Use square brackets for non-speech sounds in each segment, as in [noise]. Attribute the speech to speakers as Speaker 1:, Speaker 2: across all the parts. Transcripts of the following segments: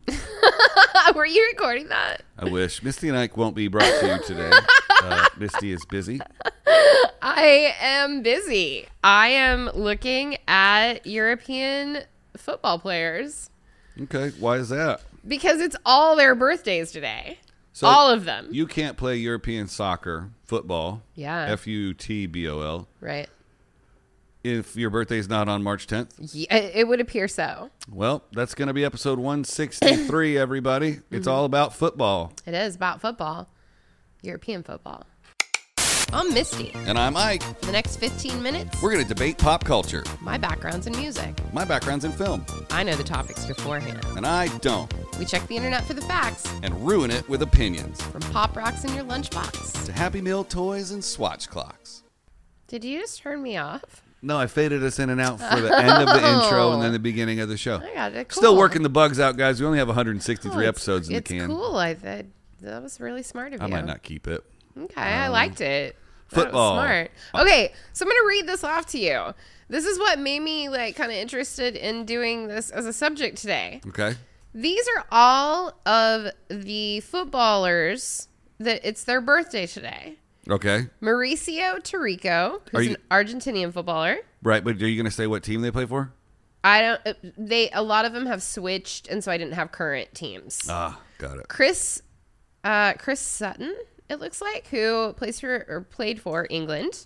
Speaker 1: [laughs] you recording that?
Speaker 2: I wish. Misty and Ike won't be brought to you
Speaker 1: [laughs]
Speaker 2: today. Uh, Misty is busy.
Speaker 1: I am busy. I am looking at European football players
Speaker 2: Okay, why is that?
Speaker 1: because it's all their birthdays today.
Speaker 2: So
Speaker 1: all of them.
Speaker 2: You can't play European soccer, football.
Speaker 1: Yeah.
Speaker 2: F U T B O L.
Speaker 1: right.
Speaker 2: If your birthday's not on March 10th,
Speaker 1: Yeah, it would appear so.
Speaker 2: well, that's going to be
Speaker 1: [laughs]
Speaker 2: episode 163, everybody. It's all about football.
Speaker 1: It is about football, European football. I'm Misty.
Speaker 2: And I'm Ike.
Speaker 1: For the next 15 minutes,
Speaker 2: We're going to debate pop culture.
Speaker 1: my background's in music.
Speaker 2: My background's in film,
Speaker 1: I know the topics beforehand.
Speaker 2: and I don't,
Speaker 1: We check the internet for the facts
Speaker 2: and ruin it with opinions.
Speaker 1: from pop rocks in your lunchbox.
Speaker 2: To Happy Meal toys and swatch clocks.
Speaker 1: Did you just turn me off?
Speaker 2: No, I faded us in and out for the end of the intro and then
Speaker 1: [laughs]
Speaker 2: the beginning of the show.
Speaker 1: Oh. I got it.
Speaker 2: Still
Speaker 1: Cool.
Speaker 2: working the bugs out, guys. We only have
Speaker 1: Oh,
Speaker 2: 163
Speaker 1: it's-
Speaker 2: episodes in the
Speaker 1: it's
Speaker 2: can.
Speaker 1: cool. I that, that was really smart of
Speaker 2: I
Speaker 1: you.
Speaker 2: might not keep it.
Speaker 1: Okay, I liked it. That was
Speaker 2: football. Uh,
Speaker 1: Smart. Okay, so I'm gonna read this off to you. This is what made me like kind of interested in doing this as a subject today.
Speaker 2: Okay.
Speaker 1: These are all of the footballers that it's their birthday today.
Speaker 2: Okay.
Speaker 1: Mauricio Tarico,
Speaker 2: Are
Speaker 1: who's
Speaker 2: you-
Speaker 1: an Argentinian footballer.
Speaker 2: Right, but are you going to say what team they play for?
Speaker 1: I don't. uh, They a lot of them have switched, and so I didn't have current teams.
Speaker 2: Ah, got it.
Speaker 1: Chris, uh, Chris Sutton, it looks like, who plays for or played for England.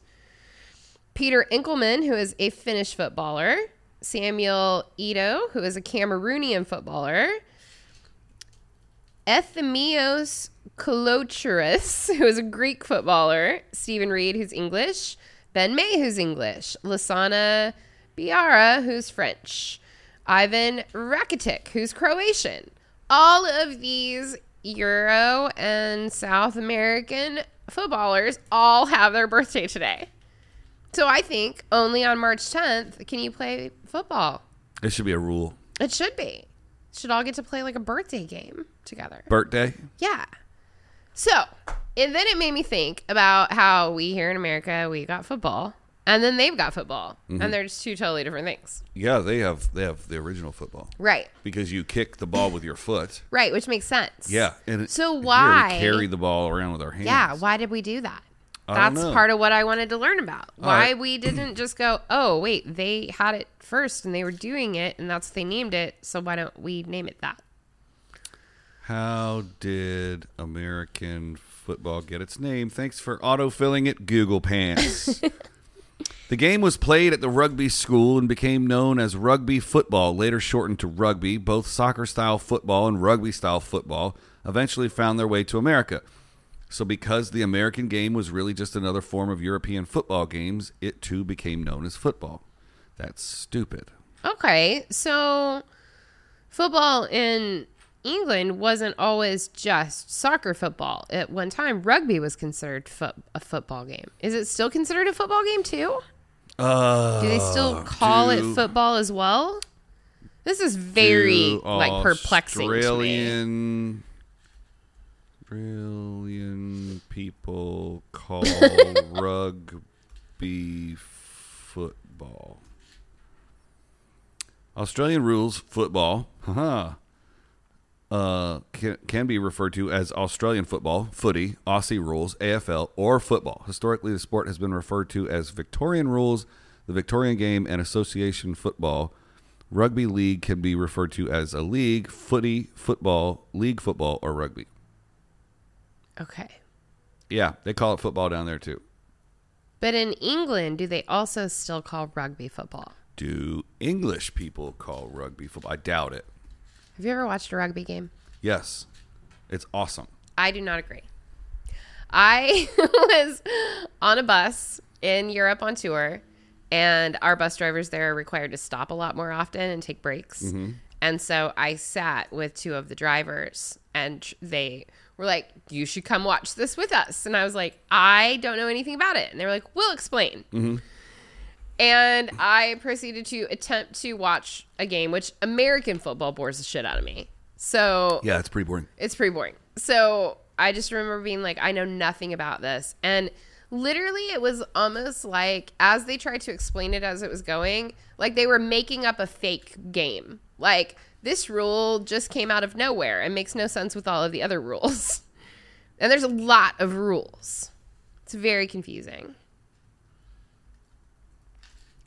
Speaker 1: Peter Inkelman, who is a Finnish footballer. Samuel Ito, who is a Cameroonian footballer. Ethemios Kolocharis, [laughs] who is a Greek footballer. Stephen Reed, who's English. Ben May, who's English. Lasana Biara, who's French. Ivan Rakitic, who's Croatian. All of these Euro and South American footballers all have their birthday today. So I think only on March 10th can you play football.
Speaker 2: It should be a rule.
Speaker 1: It should be. Should all get to play like a birthday game together.
Speaker 2: Birthday?
Speaker 1: Yeah. So, and then it made me think about how we here in America, we got football, and then they've got football,
Speaker 2: Mm-hmm.
Speaker 1: and they're just two totally different things.
Speaker 2: Yeah, they have they have the original football
Speaker 1: Right.
Speaker 2: because you kick the ball with your foot.
Speaker 1: Right, which makes sense.
Speaker 2: Yeah, and it-
Speaker 1: So
Speaker 2: here we
Speaker 1: why-
Speaker 2: carry the ball around with our hands?
Speaker 1: Yeah, why did we do that?
Speaker 2: I don't
Speaker 1: That's
Speaker 2: know.
Speaker 1: part of what I wanted to learn about. Why
Speaker 2: right.
Speaker 1: we didn't just go, oh, wait, they had it first and they were doing it and that's what they named it. So why don't we name it that?
Speaker 2: How did American football get its name? Thanks for autofilling it, Google Pants. the game was played at the rugby school and became known as rugby football, later shortened to rugby. Both soccer style football and rugby style football eventually found their way to America. So, because the American game was really just another form of European football games, it too became known as football. That's stupid.
Speaker 1: Okay, so football in England wasn't always just soccer football. At one time, rugby was considered fo- a football game. Is it still considered a football game too?
Speaker 2: Uh,
Speaker 1: Do they still call
Speaker 2: do-
Speaker 1: it football as well? This is very like perplexing to me.
Speaker 2: Australian, Australian people
Speaker 1: [laughs]
Speaker 2: call rugby football. Australian rules football, haha, uh, can, can be referred to as Australian football, footy, Aussie rules, AFL, or football. Historically, the sport has been referred to as Victorian rules, the Victorian game, and association football. Rugby league can be referred to as a league, footy, football, league football, or rugby.
Speaker 1: Okay,
Speaker 2: Yeah, they call it football down there too.
Speaker 1: but in England, do they also still call rugby football?
Speaker 2: Do English people call rugby football? I doubt it.
Speaker 1: Have you ever watched a rugby game?
Speaker 2: Yes, it's awesome.
Speaker 1: I do not agree. I [laughs] was on a bus in Europe on tour, and our bus drivers there are required to stop a lot more often and take breaks. And so I sat with two of the drivers, and tr- they were like, You should come watch this with us. And I was like, I don't know anything about it. And they were like, We'll explain. And I proceeded to attempt to watch a game, which American football bores the shit out of me. So
Speaker 2: Yeah, it's pretty boring.
Speaker 1: it's pretty boring. So I just remember being like, I know nothing about this. And literally, it was almost like as they tried to explain it as it was going, like they were making up a fake game. Like This rule just came out of nowhere and makes no sense with all of the other rules. [laughs] And there's a lot of rules. It's very confusing.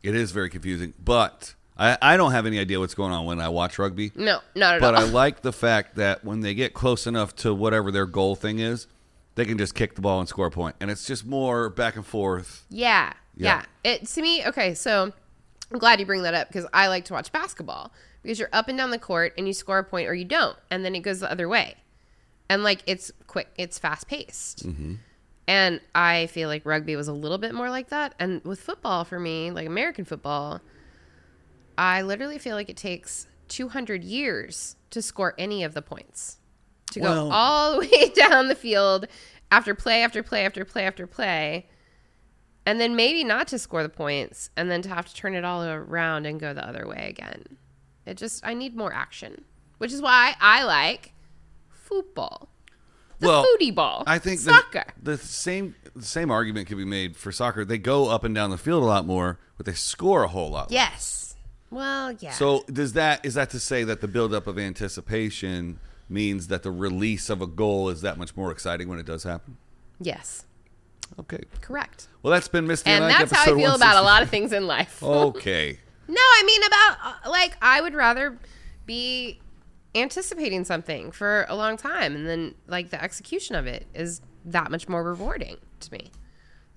Speaker 2: It is very confusing, but I, I don't have any idea what's going on when I watch rugby.
Speaker 1: No, not at
Speaker 2: But I
Speaker 1: all.
Speaker 2: like the fact that when they get close enough to whatever their goal thing is, they can just kick the ball and score a point. And it's just more back and forth.
Speaker 1: Yeah,
Speaker 2: Yeah.
Speaker 1: yeah. It to me, okay, so I'm glad you bring that up because I like to watch basketball because you're up and down the court and you score a point or you don't, and then it goes the other way. And like it's quick, it's fast paced. And I feel like rugby was a little bit more like that. And with football for me, like American football, I literally feel like it takes 200 years to score any of the points. To go
Speaker 2: Well-
Speaker 1: all the [laughs] way down the field after play after play after play after play and then maybe not to score the points and then to have to turn it all around and go the other way again. It just I need more action, which is why I like football. The
Speaker 2: Well,
Speaker 1: foodie ball.
Speaker 2: I think the-
Speaker 1: soccer.
Speaker 2: The, same the same argument could be made for soccer. They go up and down the field a lot more, but they score a whole lot. less.
Speaker 1: yes. Well, yeah.
Speaker 2: So does that is that to say that the buildup of anticipation means that the release of a goal is that much more exciting when it does happen?
Speaker 1: yes.
Speaker 2: Okay.
Speaker 1: Correct.
Speaker 2: Well, that's been Misty
Speaker 1: And
Speaker 2: and, Ike,
Speaker 1: that's how I
Speaker 2: episode
Speaker 1: feel about a
Speaker 2: 160.
Speaker 1: lot of things in
Speaker 2: [laughs]
Speaker 1: life.
Speaker 2: Okay.
Speaker 1: No, I mean about uh, like I would rather be anticipating something for a long time and then like the execution of it is that much more rewarding to me.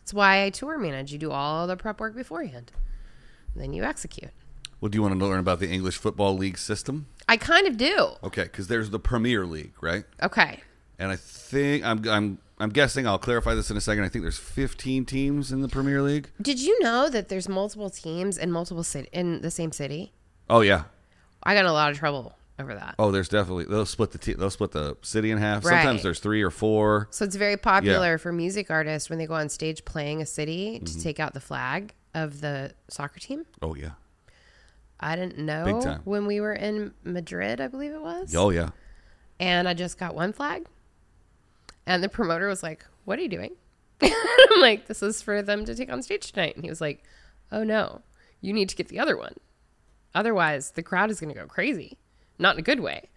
Speaker 1: That's why I tour manage. You do all the prep work beforehand. And then you execute.
Speaker 2: Well, do you want to learn about the English Football League system?
Speaker 1: I kind of do.
Speaker 2: Okay, because there's the Premier League, right?
Speaker 1: Okay.
Speaker 2: And I think I'm I'm I'm guessing I'll clarify this in a second. I think there's 15 teams in the Premier League.
Speaker 1: Did you know that there's multiple teams in multiple city in the same city?
Speaker 2: Oh yeah.
Speaker 1: I got in a lot of trouble over that.
Speaker 2: Oh, there's definitely they'll split the te- they'll split the city in half. Sometimes
Speaker 1: Right.
Speaker 2: there's three or four.
Speaker 1: So it's very popular for music artists when they go on stage playing a city to take out the flag of the soccer team.
Speaker 2: Oh yeah.
Speaker 1: I didn't know
Speaker 2: Big time.
Speaker 1: when we were in Madrid, I believe it was.
Speaker 2: Oh yeah.
Speaker 1: And I just got one flag. And the promoter was like, What are you doing? [laughs] I'm like, This is for them to take on stage tonight. And he was like, Oh no, you need to get the other one. Otherwise, the crowd is going to go crazy. Not in a good way.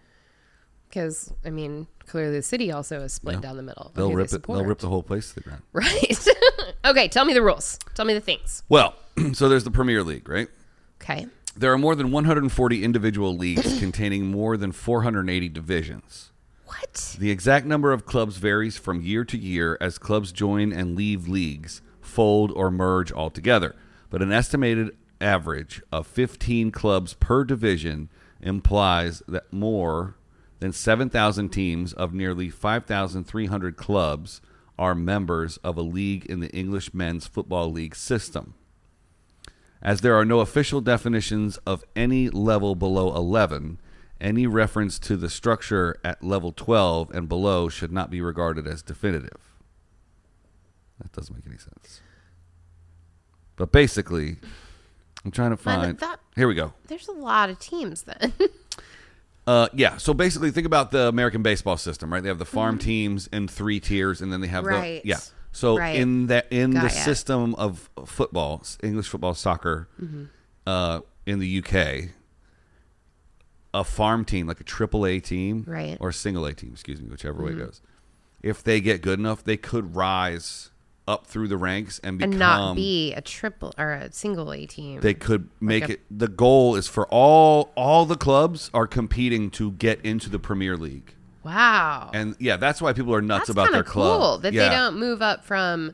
Speaker 1: Because, I mean, clearly the city also is split down the middle. of
Speaker 2: They'll
Speaker 1: who they
Speaker 2: rip it. They'll
Speaker 1: support.
Speaker 2: rip the whole place to the ground.
Speaker 1: [laughs] Right. [laughs] okay, tell me the rules. Tell me the things.
Speaker 2: Well, [clears throat] so there's the Premier League, right?
Speaker 1: Okay.
Speaker 2: There are more than 140 individual leagues containing more than 480 divisions.
Speaker 1: What?
Speaker 2: The exact number of clubs varies from year to year as clubs join and leave leagues, fold, or merge altogether. But an estimated average of 15 clubs per division implies that more than 7,000 teams of nearly 5,300 clubs are members of a league in the English Men's Football League system. As there are no official definitions of any level below 11, any reference to the structure at level 12 and below should not be regarded as definitive. That doesn't make any sense. But basically, I'm trying to
Speaker 1: Man,
Speaker 2: find.
Speaker 1: that-
Speaker 2: Here we go.
Speaker 1: There's a lot of teams then. [laughs]
Speaker 2: Uh, yeah. So basically, think about the American baseball system, right? They have the farm teams in three tiers, and then they have
Speaker 1: Mm-hmm. Right.
Speaker 2: the yeah. So
Speaker 1: Right.
Speaker 2: in that in
Speaker 1: Got
Speaker 2: the
Speaker 1: ya.
Speaker 2: system of football, s- English football, soccer,
Speaker 1: Mm-hmm.
Speaker 2: uh, in the UK, a farm team like a triple A team,
Speaker 1: Right. Mm-hmm.
Speaker 2: or a single A team, excuse me, whichever way it goes. If they get good enough, they could rise up through the ranks and become
Speaker 1: and not be a triple or a single A team.
Speaker 2: they could make
Speaker 1: a-
Speaker 2: it the goal is for all all the clubs are competing to get into the Premier League.
Speaker 1: wow.
Speaker 2: And yeah, that's why people are nuts
Speaker 1: That's
Speaker 2: about
Speaker 1: kinda
Speaker 2: their club.
Speaker 1: cool that
Speaker 2: Yeah.
Speaker 1: they don't move up from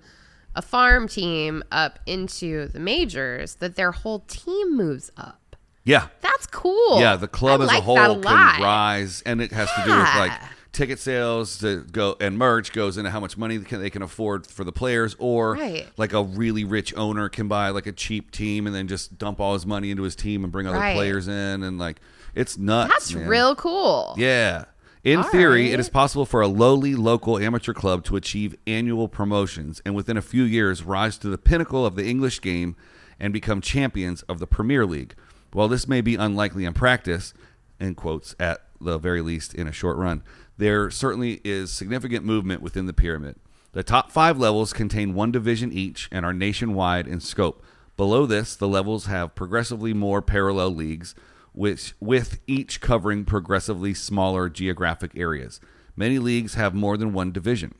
Speaker 1: a farm team up into the majors, that their whole team moves up.
Speaker 2: Yeah.
Speaker 1: That's cool.
Speaker 2: Yeah, the club
Speaker 1: I
Speaker 2: as
Speaker 1: like
Speaker 2: a
Speaker 1: that
Speaker 2: whole
Speaker 1: lot.
Speaker 2: can rise and it has to do with like
Speaker 1: Yeah.
Speaker 2: ticket sales to go and merch goes into how much money they can, they can afford for the players or
Speaker 1: Right.
Speaker 2: like a really rich owner can buy like a cheap team and then just dump all his money into his team and bring other
Speaker 1: Right.
Speaker 2: players in and like it's nuts.
Speaker 1: That's
Speaker 2: man.
Speaker 1: real cool.
Speaker 2: Yeah. In
Speaker 1: All
Speaker 2: theory, it
Speaker 1: right.
Speaker 2: is possible for a lowly local amateur club to achieve annual promotions and within a few years rise to the pinnacle of the English game and become champions of the Premier League. While this may be unlikely in practice, in quotes, at the very least in a short run, there certainly is significant movement within the pyramid. The top five levels contain one division each and are nationwide in scope. Below this, the levels have progressively more parallel leagues, which with each covering progressively smaller geographic areas. Many leagues have more than one division.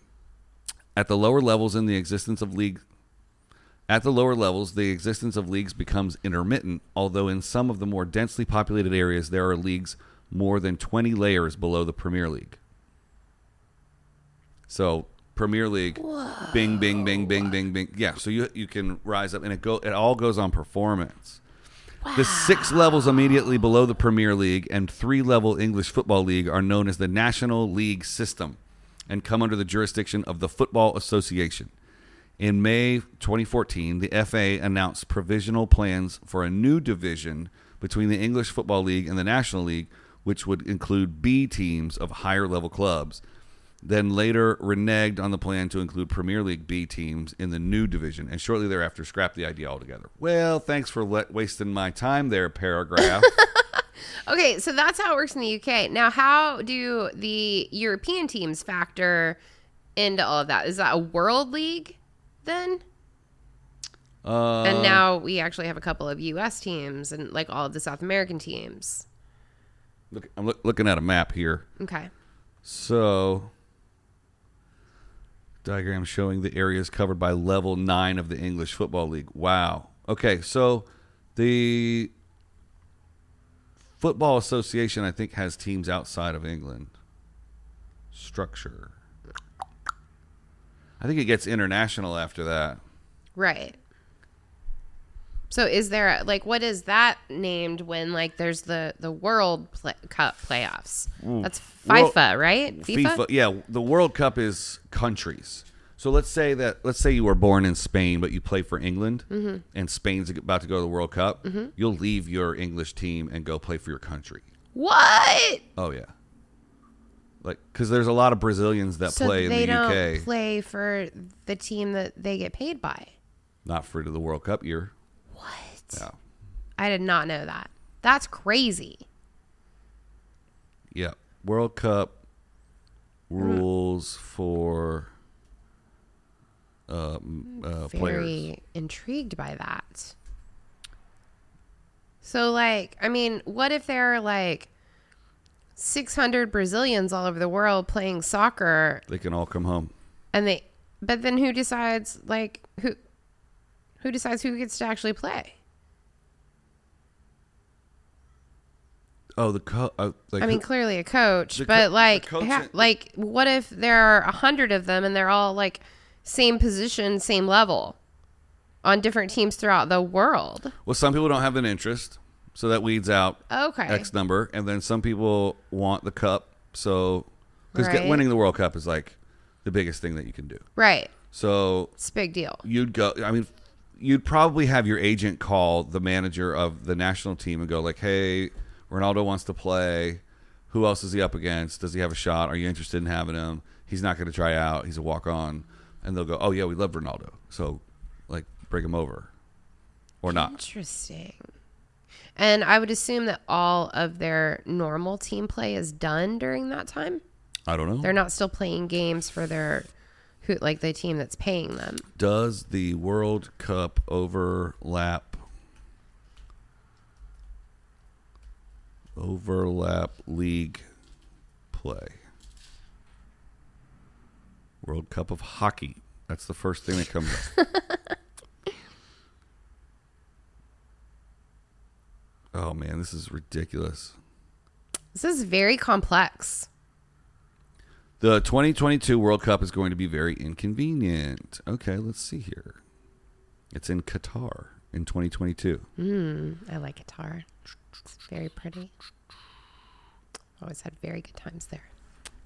Speaker 2: At the lower levels in the existence of league at the lower levels, the existence of leagues becomes intermittent, although in some of the more densely populated areas there are leagues more than 20 layers below the Premier League. So, Premier League bing bing bing bing bing bing. Yeah, so you you can rise up and it go it all goes on performance. The six levels immediately below the Premier League and three level English Football League are known as the National League System and come under the jurisdiction of the Football Association. In May 2014, the FA announced provisional plans for a new division between the English Football League and the National League, which would include B teams of higher level clubs, then later reneged on the plan to include Premier League B teams in the new division, and shortly thereafter scrapped the idea altogether. Well, thanks for le- wasting my time there, paragraph.
Speaker 1: Okay, so that's how it works in the UK. Now, how do the European teams factor into all of that? Is that a world league then?
Speaker 2: uh,
Speaker 1: and now we actually have a couple of US teams and like all of the South American teams.
Speaker 2: look, I'm look, looking at a map here.
Speaker 1: Okay.
Speaker 2: So, diagram showing the areas covered by level nine of the English Football League. Wow. Okay, so the Football Association, I think, has teams outside of England. Structure. I think it gets international after that.
Speaker 1: Right. So is there like what is that named when like there's the the World Pla Cup playoffs? That's FIFA,
Speaker 2: World-
Speaker 1: right?
Speaker 2: FIFA? yeah, the World Cup is countries. So let's say that let's say you were born in Spain, but you play for England,
Speaker 1: Mm-hmm.
Speaker 2: and Spain's about to go to the World Cup. You'll leave your English team and go play for your country.
Speaker 1: What?
Speaker 2: Oh yeah, like because there's a lot of Brazilians that
Speaker 1: So
Speaker 2: play in
Speaker 1: they
Speaker 2: the
Speaker 1: don't
Speaker 2: UK,
Speaker 1: play for the team that they get paid by.
Speaker 2: not for the World Cup year.
Speaker 1: What?
Speaker 2: Yeah,
Speaker 1: I did not know that. That's crazy.
Speaker 2: yeah. World Cup rules
Speaker 1: Mm-hmm.
Speaker 2: for um, uh, players.
Speaker 1: Very intrigued by that. So, like, I mean, what if there are like 600 Brazilians all over the world playing soccer
Speaker 2: They can all come home.
Speaker 1: and they, but then who decides, like, who, who decides who gets to actually play?
Speaker 2: Oh, the co- uh, like
Speaker 1: I mean,
Speaker 2: who-
Speaker 1: clearly a coach,
Speaker 2: The co-
Speaker 1: but
Speaker 2: the
Speaker 1: like,
Speaker 2: coach
Speaker 1: ha-
Speaker 2: and-
Speaker 1: like, what if there are a hundred of them and they're all like same position, same level, on different teams throughout the world?
Speaker 2: Well, some people don't have an interest, so that weeds out
Speaker 1: Okay,
Speaker 2: X number, and then some people want the cup, so because
Speaker 1: Right.
Speaker 2: winning the World Cup is like the biggest thing that you can do.
Speaker 1: right,
Speaker 2: So
Speaker 1: it's a big deal.
Speaker 2: you'd go. I mean, you'd probably have your agent call the manager of the national team and go like, "Hey, Ronaldo wants to play. Who else is he up against? Does he have a shot? Are you interested in having him? He's not going to try out. He's a walk on." And they'll go, "Oh yeah, we love Ronaldo. So like, bring him over, or not."
Speaker 1: Interesting. And I would assume that all of their normal team play is done during that time.
Speaker 2: I don't know.
Speaker 1: They're not still playing games for their who like the team that's paying them.
Speaker 2: Does the World Cup overlap overlap league play? World Cup of hockey. That's the first thing that comes up. oh man, this is ridiculous.
Speaker 1: This is very complex.
Speaker 2: The 2022 World Cup is going to be very inconvenient. Okay, let's see here. It's in Qatar in 2022.
Speaker 1: I like guitar. It's very pretty. Always had very good times there.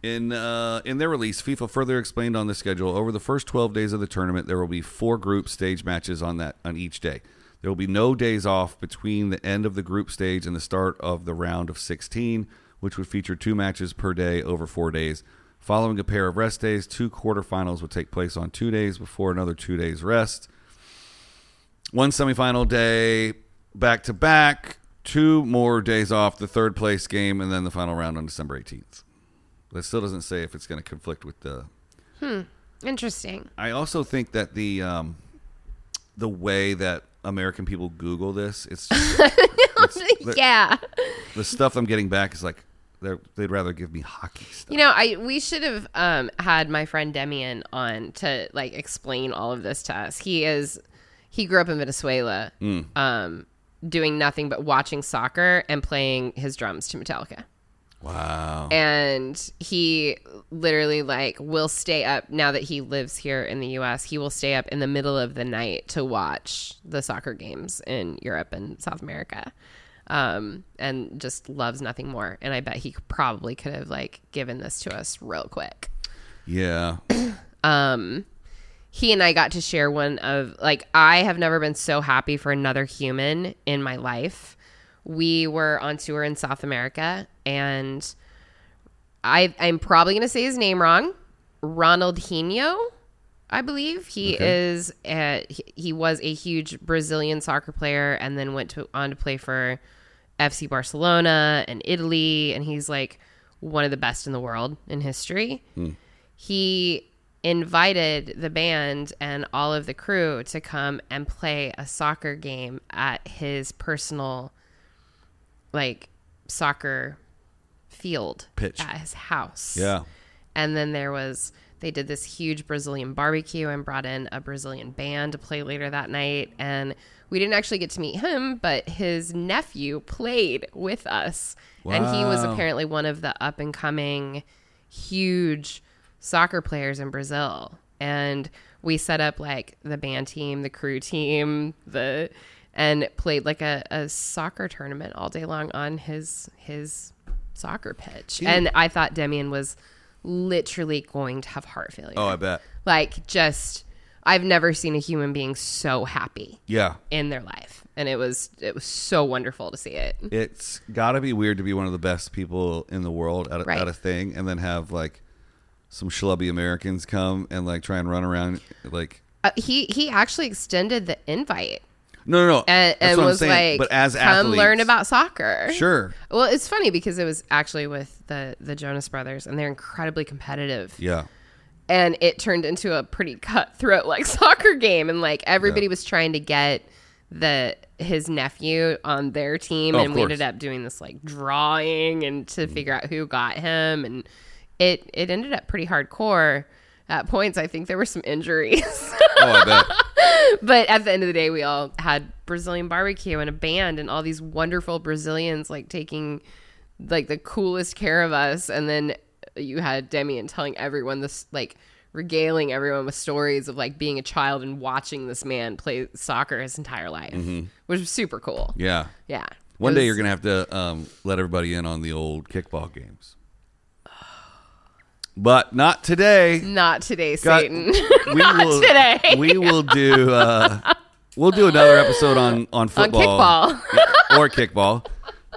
Speaker 2: In uh, in their release, FIFA further explained on the schedule. Over the first 12 days of the tournament, there will be four group stage matches on that on each day. There will be no days off between the end of the group stage and the start of the round of 16, which would feature two matches per day over four days. Following a pair of rest days, two quarterfinals would take place on two days before another two days rest. one semifinal day back to back, two more days off, the third place game, and then the final round on December 18th. That still doesn't say if it's going to conflict with the.
Speaker 1: Interesting.
Speaker 2: I also think that the um, the way that American people Google this. It's
Speaker 1: [laughs]
Speaker 2: just, the-
Speaker 1: yeah.
Speaker 2: the stuff I'm getting back is like they're, they'd rather give me hockey stuff.
Speaker 1: You know, I we should have um, had my friend Demian on to like explain all of this to us. He is he grew up in Venezuela, um, doing nothing but watching soccer and playing his drums to Metallica.
Speaker 2: Wow.
Speaker 1: and he literally like will stay up now that he lives here in the US he will stay up in the middle of the night to watch the soccer games in Europe and South America um and just loves nothing more and i bet he probably could have like given this to us real quick
Speaker 2: Yeah.
Speaker 1: he and I got to share one of like I have never been so happy for another human in my life. We were on tour in South America and I I'm probably going to say his name wrong. Ronald Hino, I believe. He is a, he, he was a huge Brazilian soccer player and then went to on to play for FC Barcelona and Italy and he's like one of the best in the world in history he invited the band and all of the crew to come and play a soccer game at his personal like soccer field
Speaker 2: Pitch.
Speaker 1: at his house.
Speaker 2: Yeah.
Speaker 1: And then there was they did this huge Brazilian barbecue and brought in a Brazilian band to play later that night and we didn't actually get to meet him, but his nephew played with us. And he was
Speaker 2: Wow.
Speaker 1: apparently one of the up and coming huge soccer players in Brazil. And we set up like the band team, the crew team, the and played like a, a soccer tournament all day long on his his soccer pitch. And I thought Demian was literally going to have heart failure.
Speaker 2: Oh, I bet.
Speaker 1: Like just I've never seen a human being so happy
Speaker 2: Yeah.
Speaker 1: in their life. And it was it was so wonderful to see it.
Speaker 2: It's got to be weird to be one of the best people in the world at a,
Speaker 1: Right.
Speaker 2: at a thing and then have like some schlubby Americans come and like try and run around like
Speaker 1: Uh, he he actually extended the invite
Speaker 2: no no no
Speaker 1: and,
Speaker 2: That's
Speaker 1: Uh, and
Speaker 2: what I'm
Speaker 1: was
Speaker 2: saying.
Speaker 1: like,
Speaker 2: but as
Speaker 1: "Come
Speaker 2: athletes
Speaker 1: learn about soccer."
Speaker 2: sure
Speaker 1: Well, it's funny because it was actually with the the Jonas Brothers, and they're incredibly competitive,
Speaker 2: yeah
Speaker 1: and it turned into a pretty cutthroat like [laughs] soccer game, and like everybody was trying to get the his nephew on their team,
Speaker 2: Oh, of
Speaker 1: and we
Speaker 2: course. Mm-hmm.
Speaker 1: ended up doing this like drawing and to figure out who got him, and it it ended up pretty hardcore. At points, I think there were some injuries. [laughs]
Speaker 2: oh I bet
Speaker 1: but at the end of the day, we all had Brazilian barbecue and a band and all these wonderful Brazilians like taking like the coolest care of us. And then you had Demian telling everyone this, like regaling everyone with stories of like being a child and watching this man play soccer his entire life, which was super cool.
Speaker 2: Mm-hmm. yeah
Speaker 1: Yeah.
Speaker 2: one
Speaker 1: It
Speaker 2: day
Speaker 1: was-
Speaker 2: you're gonna have to um, let everybody in on the old kickball games but
Speaker 1: [laughs]
Speaker 2: not today
Speaker 1: Not today,
Speaker 2: Got-
Speaker 1: Satan. [laughs]
Speaker 2: we will,
Speaker 1: today.
Speaker 2: We will do. Uh, we'll do another episode on on
Speaker 1: On
Speaker 2: football
Speaker 1: kickball.
Speaker 2: or kickball.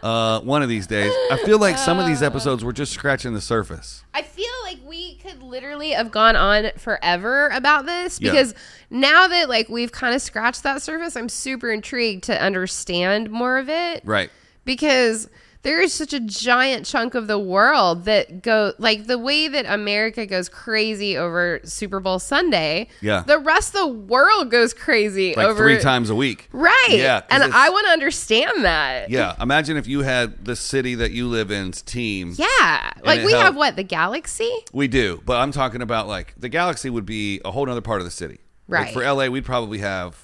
Speaker 2: Uh, one of these days, I feel like some of these
Speaker 1: Uh.
Speaker 2: episodes were just scratching the surface.
Speaker 1: I feel like we could literally have gone on forever about this
Speaker 2: Yeah.
Speaker 1: because now that like we've kind of scratched that surface, I'm super intrigued to understand more of it.
Speaker 2: Right.
Speaker 1: Because there is such a giant chunk of the world that go like the way that America goes crazy over Super Bowl Sunday.
Speaker 2: Yeah.
Speaker 1: The rest of the world goes crazy
Speaker 2: Like
Speaker 1: over
Speaker 2: three times a week.
Speaker 1: Right.
Speaker 2: Yeah, 'cause
Speaker 1: And
Speaker 2: it's-
Speaker 1: I want to understand that.
Speaker 2: Yeah. Imagine if you had the city that you live in's team.
Speaker 1: Yeah. Like
Speaker 2: it
Speaker 1: we
Speaker 2: helped.
Speaker 1: have what, the galaxy?
Speaker 2: We do, but I'm talking about like the galaxy would be a whole other part of the city. Like
Speaker 1: Right.
Speaker 2: for LA, we'd probably have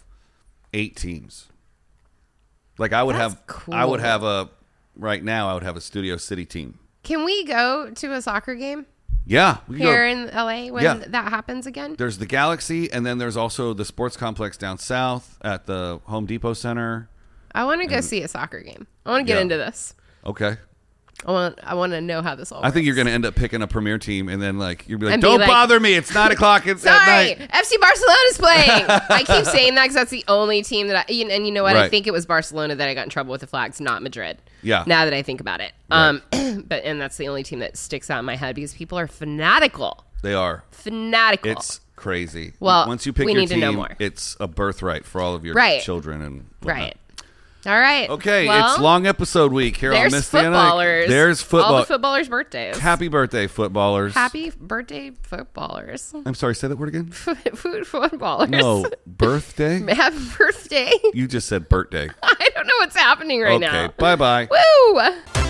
Speaker 2: eight teams. Like I would
Speaker 1: That's
Speaker 2: have, I would
Speaker 1: cool.
Speaker 2: have a right now. I would have a Studio City team.
Speaker 1: Can we go to a soccer game?
Speaker 2: Yeah, we could go-
Speaker 1: here in LA when
Speaker 2: Yeah.
Speaker 1: that happens again?
Speaker 2: There's the Galaxy, and then there's also the sports complex down south at the Home Depot Center.
Speaker 1: I want to go see a soccer game. I want to get
Speaker 2: Mm-hmm. Yeah.
Speaker 1: into this.
Speaker 2: Okay,
Speaker 1: I want I want to know how this all.
Speaker 2: I think you're
Speaker 1: works.
Speaker 2: going to end up picking a premier team, and then like you'll be like,
Speaker 1: And be
Speaker 2: "Don't
Speaker 1: like-
Speaker 2: bother me. It's nine o'clock. It's at
Speaker 1: Sorry,
Speaker 2: night."
Speaker 1: FC Barcelona's
Speaker 2: [laughs]
Speaker 1: playing. I keep saying that because that's the only team that I. you- And you know what? I
Speaker 2: Right.
Speaker 1: think it was Barcelona that I got in trouble with the flags, not Madrid.
Speaker 2: Yeah.
Speaker 1: Now that I think about it, um, [clears throat] but and that's the only team that sticks out in my head because people are fanatical,
Speaker 2: They are.
Speaker 1: fanatical.
Speaker 2: It's crazy.
Speaker 1: Well,
Speaker 2: once you pick
Speaker 1: we
Speaker 2: your
Speaker 1: need to
Speaker 2: team,
Speaker 1: know more.
Speaker 2: it's a birthright for all of your
Speaker 1: Right.
Speaker 2: children and whatnot.
Speaker 1: right. All right.
Speaker 2: Okay,
Speaker 1: Well,
Speaker 2: it's long episode week here on
Speaker 1: There's
Speaker 2: Miss Diana.
Speaker 1: footballers.
Speaker 2: There's
Speaker 1: All
Speaker 2: football.
Speaker 1: the footballers' birthdays.
Speaker 2: Happy birthday, footballers.
Speaker 1: Happy birthday, footballers.
Speaker 2: I'm sorry, say that word
Speaker 1: [laughs]
Speaker 2: again.
Speaker 1: Food footballers.
Speaker 2: No, birthday.
Speaker 1: Happy birthday. [laughs]
Speaker 2: You just said birthday.
Speaker 1: I don't know what's happening right
Speaker 2: okay,
Speaker 1: now.
Speaker 2: bye bye.
Speaker 1: Woo!